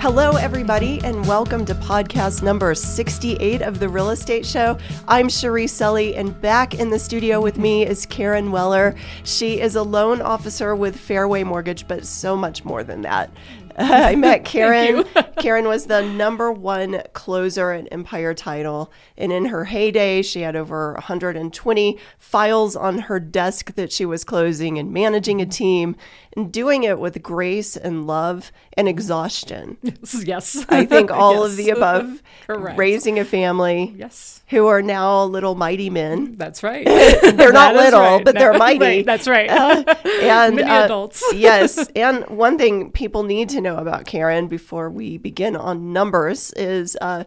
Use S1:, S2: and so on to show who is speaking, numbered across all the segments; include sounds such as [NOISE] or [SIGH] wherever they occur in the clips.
S1: Hello, everybody, and welcome to podcast number 68 of The Real Estate Show. I'm Cherie Sully, and back in the studio with me is Karen Weller. She is a loan officer with Fairway Mortgage, but so much more than that. [LAUGHS] I met Karen. Karen was the number one closer at Empire Title. And in her heyday, she had over 120 files on her desk that she was closing and managing a team and doing it with grace and love and exhaustion.
S2: [LAUGHS] Yes.
S1: I think all of
S2: Yes.
S1: the above.
S2: Correct.
S1: Raising a family
S2: [LAUGHS] Yes.
S1: who are now little mighty men.
S2: That's right.
S1: [LAUGHS] They're not
S2: Mm-hmm. That is
S1: little,
S2: right.
S1: but
S2: That-
S1: they're mighty.
S2: [LAUGHS] right, that's right.
S1: [LAUGHS] Uh, and
S2: Mini
S1: uh,
S2: adults.
S1: yes. And one thing people need to know about Karen before we begin on numbers is uh,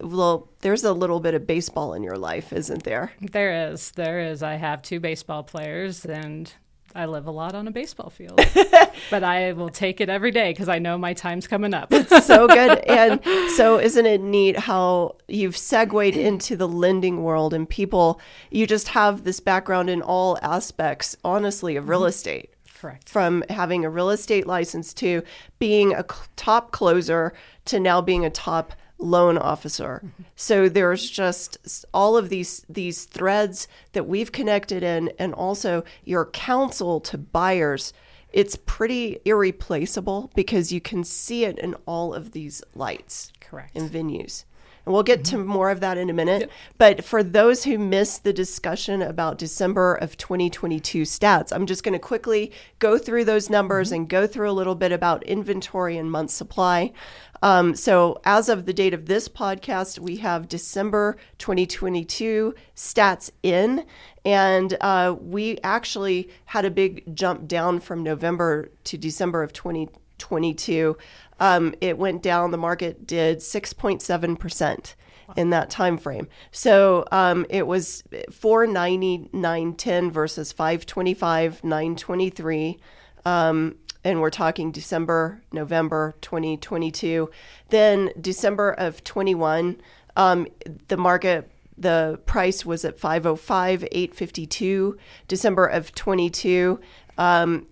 S1: well, there's a little bit of baseball in your life, isn't there?
S2: [LAUGHS] there is. There is. I have two baseball players and I live a lot on a baseball
S1: [LAUGHS]
S2: field. but I will take it every day because I know my time's coming up.
S1: so good. And so, isn't it neat how you've segued into the lending world and people, you just have this background in all aspects, honestly, of
S2: Mm-hmm.
S1: real estate.
S2: [LAUGHS] Correct.
S1: From having a real estate license to being a cl- top closer to now being a top loan officer.
S2: Mm-hmm.
S1: So there's just s- all of these these threads that we've connected in and also your counsel to buyers it's pretty irreplaceable because you can see it in all of these lights
S2: Correct.
S1: and venues. And we'll get to more of that in a minute. But for those who missed the discussion about December of 2022 stats, I'm just going to quickly go through those numbers and go through a little bit about inventory and month supply. Um, so, as of the date of this podcast, we have December 2022 stats in. And uh, we actually had a big jump down from November to December of 2022. Um, it went down. The market did 6.7 percent in that time frame. So um, it was 499.10 versus 525.923. Um, and we're talking December, November 2022. Then December of 21, um, the market the price was at 505 852 december of 22 um,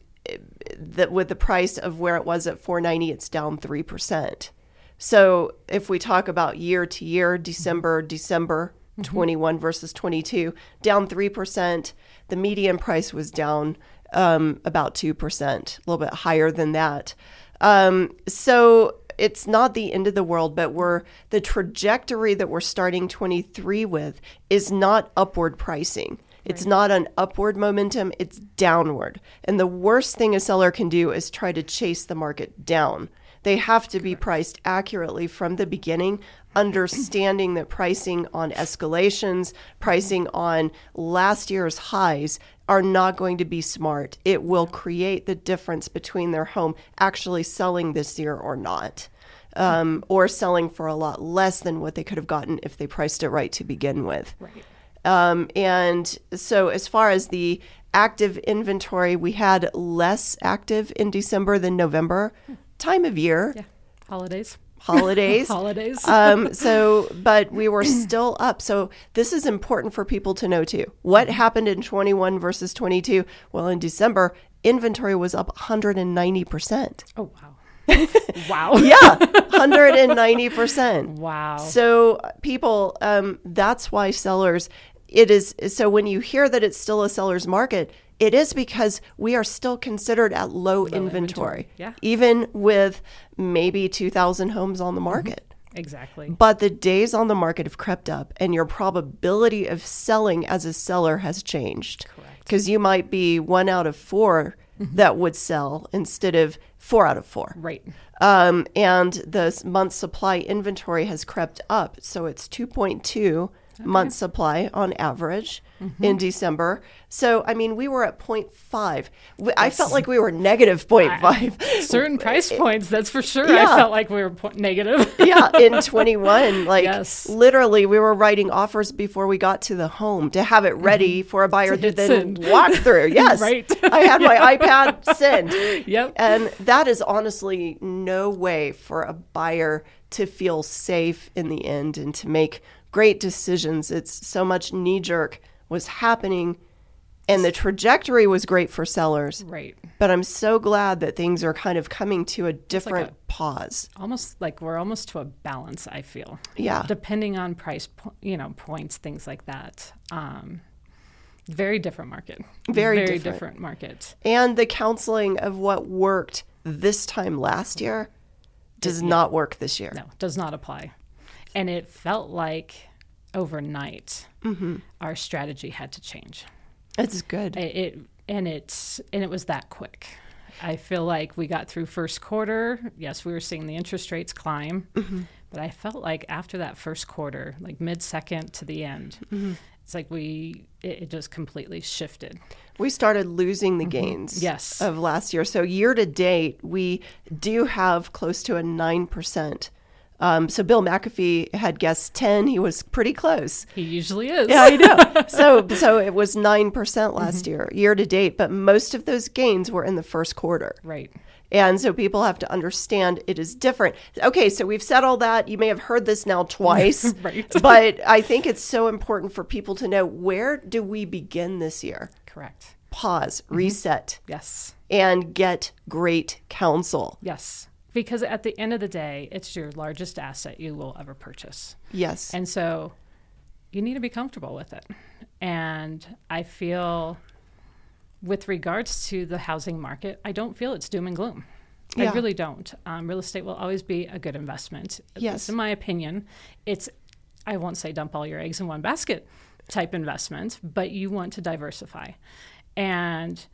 S1: that with the price of where it was at 490 it's down 3% so if we talk about year to year december december 21 versus 22 down 3% the median price was down um, about 2% a little bit higher than that um, so it's not the end of the world, but we're the trajectory that we're starting 23 with is not upward pricing. It's not an upward momentum, it's downward. And the worst thing a seller can do is try to chase the market down. They have to be priced accurately from the beginning, understanding that pricing on escalations, pricing on last year's highs are not going to be smart. It will create the difference between their home actually selling this year or not, um, or selling for a lot less than what they could have gotten if they priced it right to begin with.
S2: Right.
S1: Um, and so, as far as the active inventory, we had less active in December than November, time of year, [LAUGHS]
S2: Yeah. Holidays.
S1: holidays.
S2: Holidays.
S1: um, so, but we were still up. So, this is important for people to know too. What happened in 21 versus 22? Well, in December, inventory was up 190%.
S2: oh,
S1: [LAUGHS]
S2: wow. wow.
S1: Yeah, 190%.
S2: Wow.
S1: So people, um, that's why sellers. It is so when you hear that it's still a seller's market, it is because we are still considered at low, inventory,
S2: inventory, yeah.
S1: even with maybe two thousand homes on the
S2: Mm-hmm.
S1: market.
S2: exactly.
S1: But the days on the market have crept up, and your probability of selling as a seller has changed.
S2: Correct. Mm-hmm.
S1: Because you might be one out of 4 that would sell instead of four out of four. [LAUGHS]
S2: Right.
S1: Um, and the month supply inventory has crept up. So it's 2.2 month supply on average
S2: Mm-hmm.
S1: in December. So, I mean, we were at 0.5. W- I felt like we were negative
S2: [LAUGHS]
S1: 0.5.
S2: Certain price points, that's for sure.
S1: Yeah.
S2: I felt like we were po- negative.
S1: [LAUGHS]
S2: [LAUGHS]
S1: yeah, in 21. Like,
S2: Yes.
S1: literally, we were writing offers before we got to the home to have it ready for a buyer to
S2: Mm-hmm. hit
S1: then
S2: send.
S1: walk
S2: [LAUGHS]
S1: through. Yes.
S2: Right.
S1: I had
S2: [LAUGHS]
S1: my iPad send.
S2: Yep.
S1: And that is honestly no way for a buyer to feel safe in the end and to make great decisions. It's so much knee jerk was happening and the trajectory was great for sellers.
S2: Right.
S1: But I'm so glad that things are kind of coming to a different
S2: a-
S1: pause.
S2: Almost like we're almost to a balance, I feel.
S1: Yeah.
S2: Depending on price, po- you know, points, things like that. Um, very different market.
S1: Very
S2: very
S1: different.
S2: different market.
S1: And the counseling of what worked this time last year does not work this year.
S2: No, does not apply. And it felt like overnight
S1: Mm-hmm.
S2: our strategy had to change.
S1: It's good.
S2: It, it and it's and it was that quick. I feel like we got through first quarter. Yes, we were seeing the interest rates climb, but I felt like after that first quarter, like mid second to the end, it's like we it, it just completely shifted.
S1: We started losing the gains
S2: Mm-hmm. Yes.
S1: of last year. So year to date, we do have close to a 9%. Um, so Bill McAfee had guessed 10. He was pretty
S2: [LAUGHS]
S1: close.
S2: He usually is.
S1: Yeah, I know.
S2: [LAUGHS]
S1: so so it was 9% last
S2: Mm-hmm.
S1: year, year to date, but most of those gains were in the first quarter.
S2: Right.
S1: And so people have to understand it is different. Okay, so we've said all that. You may have heard this
S2: [LAUGHS]
S1: now twice.
S2: Right.
S1: But I think it's so important for people to know where do we begin this year?
S2: Correct.
S1: Pause,
S2: Mm-hmm.
S1: reset,
S2: Yes.
S1: and get great counsel.
S2: Yes. Because at the end of the day, it's your largest asset you will ever purchase.
S1: Yes.
S2: And so you need to be comfortable with it. And I feel with regards to the housing market, I don't feel it's doom and gloom.
S1: Yeah.
S2: I really don't. Um, real estate will always be a good investment. At
S1: Yes.
S2: least in my opinion, it's, I won't say dump all your eggs in one basket type investment, but you want to diversify. And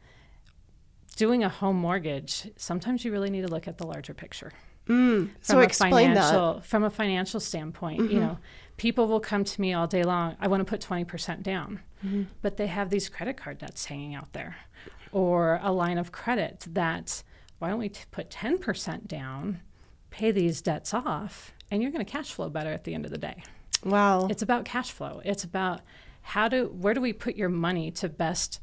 S2: doing a home mortgage, sometimes you really need to look at the larger picture
S1: so explain that. Mm-hmm.
S2: financial from a financial standpoint you know people will come to me all day long i want to put 20% down
S1: Mm-hmm.
S2: but they have these credit card debts hanging out there or a line of credit that why don't we t- put 10% down pay these debts off and you're going to cash flow better at the end of the day
S1: Wow.
S2: it's about cash flow it's about how do where do we put your money to best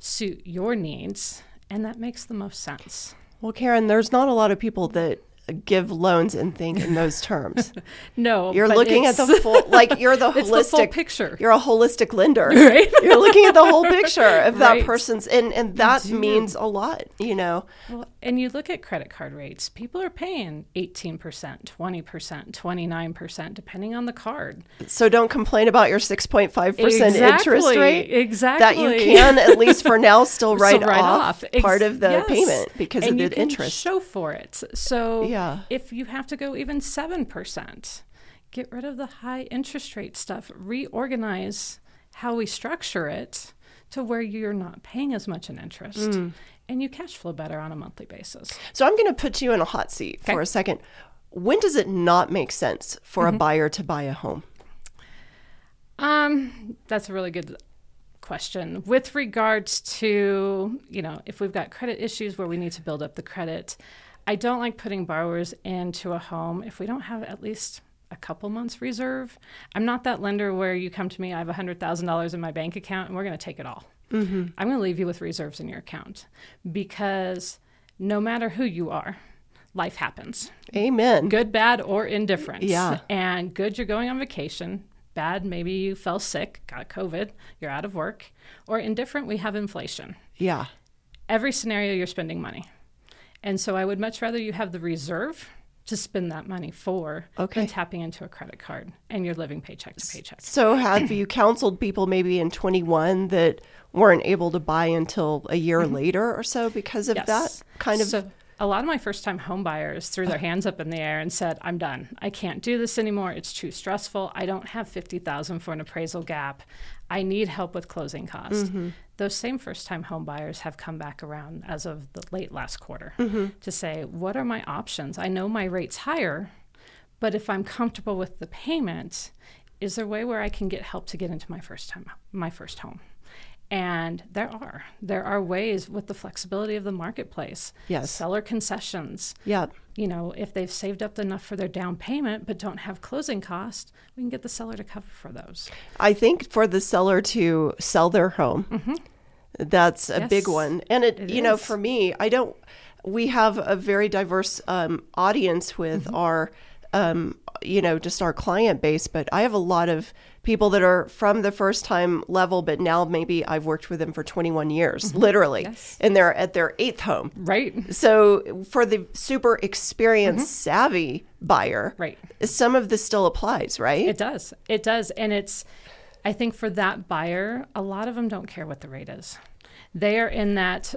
S2: suit your needs and that makes the most sense
S1: Well, Karen, there's not a lot of people that give loans and think in those
S2: [LAUGHS]
S1: terms.
S2: no
S1: You're
S2: but
S1: looking at
S2: it's-
S1: the full, like you're the
S2: [LAUGHS] it's the full
S1: holistic
S2: picture
S1: You're a holistic lender.
S2: [LAUGHS] Right.
S1: [LAUGHS] You're looking at the whole picture of that
S2: Right.
S1: person's, and and that means a lot, you know.
S2: Well, and you look at credit card rates, people are paying 18%, 20%, 29%, depending on the card.
S1: So don't complain about your 6.5 percent interest
S2: Exactly,
S1: rate. That you
S2: exactly.
S1: can at least for now still
S2: [LAUGHS] So
S1: write, off,
S2: Ex-
S1: part of the
S2: yes.
S1: payment because
S2: And you
S1: of the
S2: can
S1: interest.
S2: Show for it. So
S1: Yeah.
S2: if you have to go even 7%, get rid of the high interest rate stuff, reorganize how we structure it to where you're not paying as much in interest
S1: Mm.
S2: and you cash flow better on a monthly basis.
S1: So I'm going to put you in a hot seat for
S2: Okay. Mm-hmm.
S1: a second. When does it not make sense for a buyer to buy a home?
S2: Um, that's a really good question. With regards to, you know, if we've got credit issues where we need to build up the credit, I don't like putting borrowers into a home if we don't have at least a couple months reserve. I'm not that lender where you come to me, I have $100,000 in my bank account and we're going to take it all. I'm going to leave you with reserves in your account because no matter who you are, life happens
S1: Amen.
S2: good, bad, or indifference.
S1: Yeah.
S2: And good, you're going on vacation. Bad, maybe you fell sick, got COVID, you're out of work. Or indifferent, we have inflation.
S1: Yeah.
S2: Every scenario, you're spending money. And so I would much rather you have the reserve to spend that money for
S1: Okay.
S2: than tapping into a credit card and you're living paycheck to paycheck.
S1: So have you counseled people maybe in 21 that weren't able to buy until a year later or so because of that kind of
S2: Mm-hmm. So a lot of my first time home buyers threw their hands up in the air and said, I'm done. I can't do this anymore. It's too stressful. I don't have 50,000 for an appraisal gap. I need help with closing costs. Those same first time home buyers have come back around as of the late last quarter to say, what are my options? I know my rate's higher, but if I'm comfortable with the payment, is there a way where I can get help to get into my first time my first home? And there are. There are ways with the flexibility of the marketplace.
S1: Yes.
S2: Seller concessions.
S1: Yeah.
S2: You know, if they've saved up enough for their down payment but don't have closing costs, we can get the seller to cover for those.
S1: I think for the seller to sell their home, that's a big
S2: Mm-hmm. Yes,
S1: one. And it, you know,
S2: is.
S1: for me, I don't, we have a very diverse um,
S2: Mm-hmm.
S1: audience with our, um, you know, just our client base, but I have a lot of people that are from the first time level, but now maybe I've worked with them for 21 years, literally,
S2: Mm-hmm. Yes.
S1: and they're at their eighth home.
S2: Right.
S1: So for the super experienced, savvy buyer,
S2: Mm-hmm. Right.
S1: some of this still applies, right?
S2: It does. It does. And it's, I think for that buyer, a lot of them don't care what the rate is. They are in that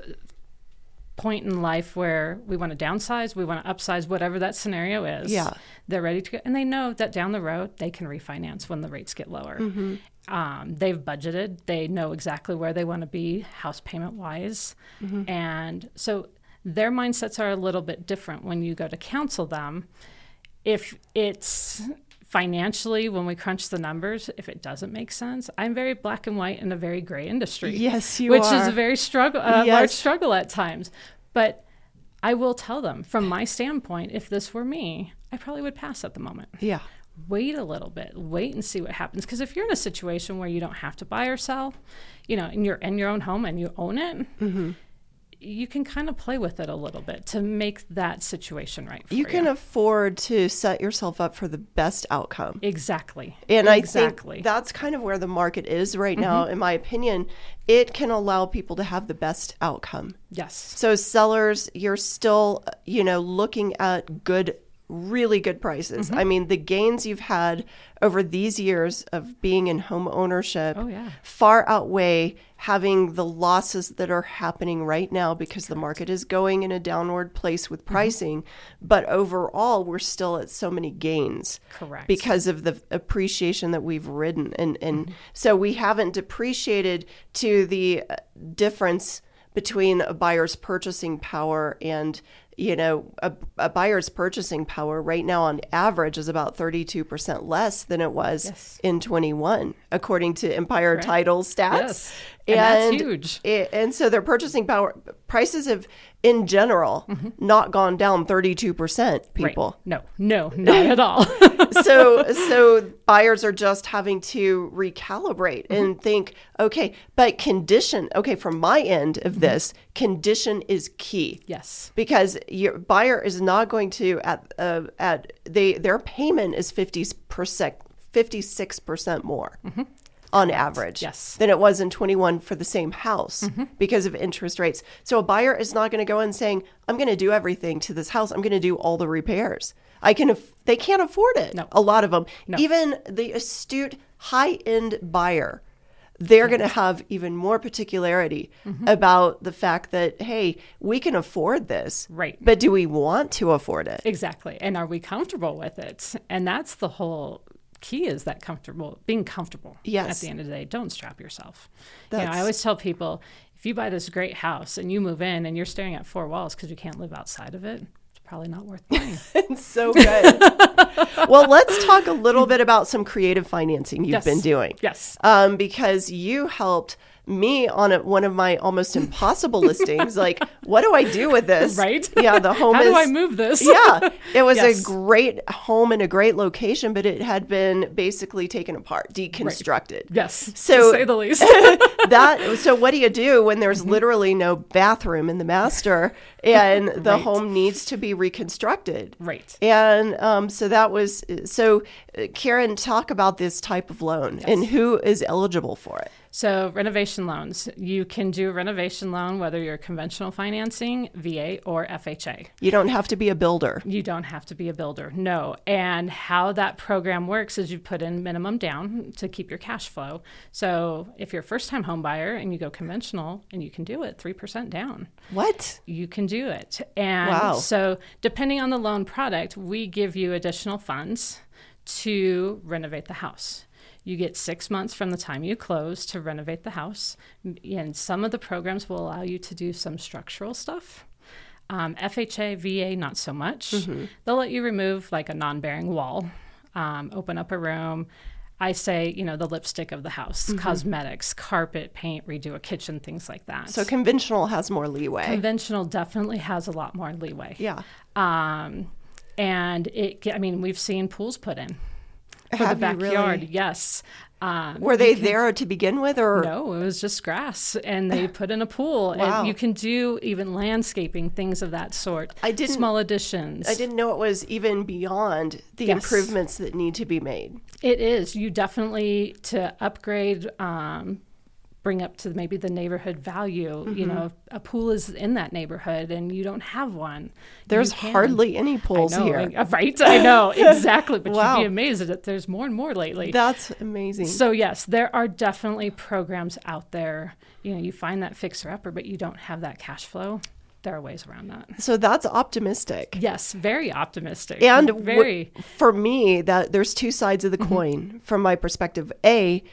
S2: point in life where we want to downsize, we want to upsize, whatever that scenario is.
S1: Yeah.
S2: They're ready to go. And they know that down the road, they can refinance when the rates get lower.
S1: Mm-hmm.
S2: Um, they've budgeted, they know exactly where they want to be house payment wise.
S1: Mm-hmm.
S2: And so their mindsets are a little bit different when you go to counsel them. If it's financially, when we crunch the numbers, if it doesn't make sense, I'm very black and white in a very gray industry.
S1: Yes, you
S2: which is
S1: are.
S2: a very struggle, a large
S1: Yes.
S2: struggle at times. But I will tell them from my standpoint, if this were me, I probably would pass at the moment.
S1: yeah.
S2: Wait a little bit, wait and see what happens. Because if you're in a situation where you don't have to buy or sell, you know, and you're in your own home and you own it,
S1: Mm-hmm.
S2: you can kind of play with it a little bit to make that situation right for you.
S1: You can afford to set yourself up for the best outcome.
S2: Exactly.
S1: And I
S2: exactly. Mm-hmm.
S1: think that's kind of where the market is right now, in my opinion. It can allow people to have the best outcome.
S2: yes.
S1: So, sellers, you're still, you know, looking at good, really good prices.
S2: Mm-hmm.
S1: I mean, the gains you've had over these years of being in home ownership
S2: Oh, yeah.
S1: far outweigh having the losses that are happening right now because the market is going in a downward place with pricing. But overall, we're still at so many gains
S2: Correct.
S1: because of the appreciation that we've ridden and and so we haven't depreciated to the uh, difference between a buyer's purchasing power and you know a, a buyer's purchasing power right now on average is about 32% less than it was
S2: Yes.
S1: in 21 according to empire
S2: Correct.
S1: title stats
S2: Yes. And that's huge.
S1: it- and so their purchasing power prices have in general not gone down 32%
S2: Mm-hmm. Right.
S1: people
S2: No, no, not
S1: [LAUGHS]
S2: at all.
S1: so so buyers are just having to recalibrate and think okay but condition okay from my end of this condition is key
S2: yes.
S1: because your buyer is not going to at uh, at they their payment is 50 percent 56% more on average
S2: Yes.
S1: than it was in 21 for the same house
S2: Mm-hmm.
S1: because of interest rates. So a buyer is not going to go in saying, "I'm going to do everything to this house. I'm going to do all the repairs." I can aff- they can't afford it.
S2: No.
S1: A lot of them.
S2: No.
S1: Even the astute high-end buyer they're going to have even more particularity
S2: Mm-hmm.
S1: about the fact that hey we can afford this
S2: Right.
S1: but do we want to afford it
S2: Exactly. And are we comfortable with it? And that's the whole key is that comfortable being comfortable.
S1: Yes.
S2: At the end of the day, don't strap yourself. you know,
S1: That's-
S2: I always tell people if you buy this great house and you move in and you're staring at four walls because you can't live outside of it, it's probably not worth buying.
S1: it's
S2: [LAUGHS]
S1: so good well let's talk a little bit about some creative financing [LAUGHS] you've
S2: Yes.
S1: been doing
S2: Yes.
S1: um, because you helped me on a, one of my almost impossible listings like what do i do with this
S2: Right?
S1: yeah
S2: [LAUGHS]
S1: the home
S2: How
S1: is
S2: do I move this?
S1: yeah, it was
S2: Yes.
S1: a great home in a great location, but it had been basically taken apart, deconstructed.
S2: [LAUGHS] Yes.
S1: So-
S2: to say
S1: [LAUGHS]
S2: the least. [LAUGHS]
S1: that so what do you do when there's
S2: Mm-hmm.
S1: literally no bathroom in the master
S2: [LAUGHS]
S1: and the
S2: Right.
S1: home needs to be reconstructed
S2: right.
S1: and um, so that was so uh, karen talk about this type of loan and who is eligible for it
S2: So, renovation loans. You can do renovation loan whether you're conventional financing, VA, or FHA.
S1: you don't have to be a builder
S2: You don't have to be a builder, no. And how that program works is you put in minimum down to keep your cash flow. So if you're a first time home buyer and you go conventional, and you can do it 3% down,
S1: what
S2: you can do it. And
S1: Wow.
S2: so, depending on the loan product, we give you additional funds to renovate the house. You get six months from the time you close to renovate the house. And some of the programs will allow you to do some structural stuff. Um, FHA, VA, not so much.
S1: Mm-hmm.
S2: They'll let you remove like a non bearing wall, um, open up a room. I say, you know, the lipstick of the house,
S1: Mm-hmm.
S2: cosmetics, carpet, paint, redo a kitchen, things like that.
S1: so conventional has more leeway
S2: Conventional definitely has a lot more leeway.
S1: yeah
S2: Um, and it, ge- I mean, we've seen pools put in. for
S1: Have
S2: the
S1: you
S2: backyard.
S1: really?
S2: Yes. Um,
S1: Were they there to begin with, or
S2: no, it was just grass, and
S1: [LAUGHS]
S2: they put in a pool.
S1: Wow.
S2: And you can do even landscaping, things of that sort.
S1: I didn't-
S2: small additions.
S1: I didn't know it was even beyond the
S2: Yes.
S1: improvements that need to be made.
S2: It is. You definitely to upgrade, um, bring up to maybe the neighborhood value. You
S1: Mm-hmm.
S2: know, if a pool is in that neighborhood and you don't have one.
S1: There's
S2: you can-
S1: hardly any pools
S2: I know,
S1: here.
S2: I- [LAUGHS] right? I know exactly. But
S1: Wow.
S2: you'd be amazed that there's more and more lately.
S1: That's amazing.
S2: so yes, there are definitely programs out there. You know, you find that fixer upper, but you don't have that cash flow. There are ways around that.
S1: So that's optimistic.
S2: Yes, very optimistic.
S1: And wh-
S2: very. Mm-hmm.
S1: for me, that there's two sides of the coin from my perspective. A,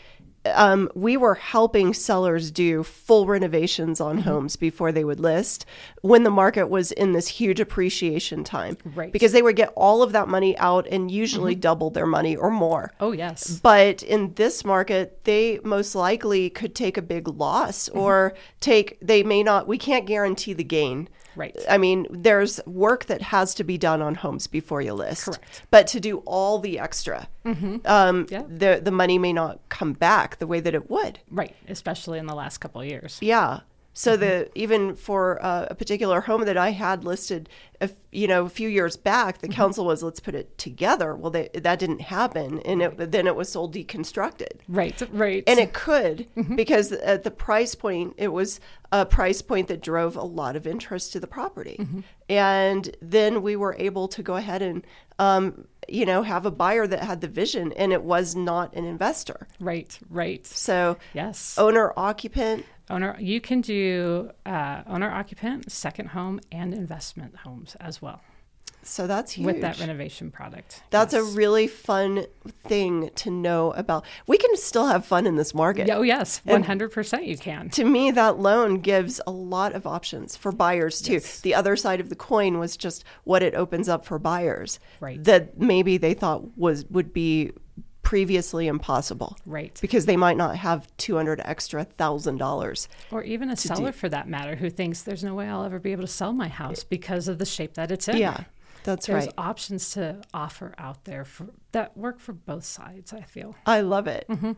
S1: um, we were helping sellers do full renovations on
S2: Mm-hmm.
S1: homes before they would list when the market was in this huge appreciation time.
S2: Right. Mm-hmm.
S1: Because they would get all of that money out and usually double their money or more.
S2: oh yes.
S1: But in this market, they most likely could take a big loss
S2: Mm-hmm.
S1: or take, they may not, we can't guarantee the gain.
S2: Right.
S1: I mean, there's work that has to be done on homes before you list.
S2: Correct.
S1: But to do all the extra, um,
S2: Yeah.
S1: the, the money may not come back the way that it would.
S2: Right, especially in the last couple of years.
S1: Yeah. So the even for uh, a particular home that I had listed, a f you know, a few years back, the council was let's put it together. Well, they, that didn't happen, and it, then it was sold deconstructed.
S2: Right, right.
S1: And it could
S2: Mm-hmm.
S1: because at the price point, it was a price point that drove a lot of interest to the property.
S2: Mm-hmm.
S1: And then we were able to go ahead and, um, you know, have a buyer that had the vision and it was not an investor.
S2: Right, right.
S1: So
S2: Yes.
S1: owner occupant,
S2: Owner, you can do uh, owner occupant, second home, and investment homes as well
S1: so that's huge.
S2: with that renovation product.
S1: that's
S2: Yes.
S1: a really fun thing to know about. We can still have fun in this market.
S2: Yeah, oh yes, one hundred percent. You can.
S1: to me that loan gives a lot of options for buyers too the other side of the coin was just what it opens up for buyers
S2: Right.
S1: that maybe they thought was would be previously impossible
S2: Right,
S1: because they might not have 200 extra thousand dollars
S2: or even a seller for that matter who thinks there's no way I'll ever be able to sell my house because of the shape that it's in.
S1: yeah that's
S2: there's
S1: right
S2: options to offer out there for that work for both sides. I feel. [LAUGHS]
S1: i love it
S2: Mm-hmm.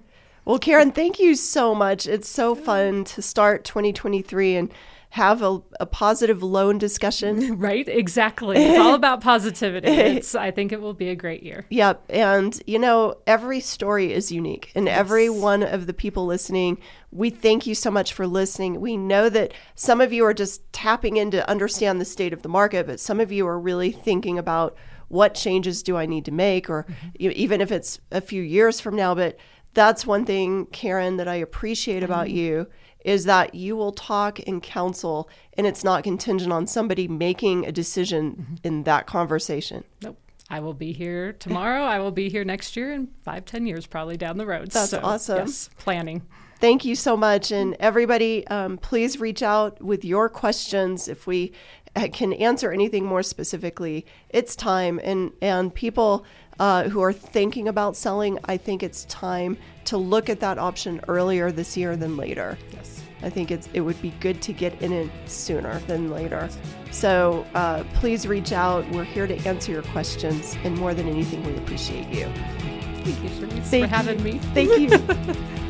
S1: well karen thank you so much it's so fun to start 2023 and have a, a positive loan discussion
S2: Right, exactly. It's all
S1: [LAUGHS]
S2: about positivity. It's, I think it will be a great year.
S1: Yep. And, you know, every story is unique. And every one of the people listening, we thank you so much for listening. We know that some of you are just tapping in to understand the state of the market, but some of you are really thinking about what changes do I need to make, or you even if it's a few years from now. But that's one thing, Karen, that I appreciate about you is that you will talk and counsel, and it's not contingent on somebody making a decision in that conversation.
S2: Nope. I will be here tomorrow. I will be here next year and five, ten years probably down the road.
S1: That's
S2: So,
S1: awesome.
S2: Yes, planning.
S1: Thank you so much. And everybody, um, please reach out with your questions if we uh, can answer anything more specifically. It's time. And, and people uh, who are thinking about selling, I think it's time to look at that option earlier this year than later.
S2: Yes.
S1: I think it's, it would be good to get in it sooner than later. So uh, please reach out. We're here to answer your questions. And more than anything, we appreciate you.
S2: Thank you, Sharice,
S1: Thank
S2: for having
S1: you.
S2: me.
S1: Thank you.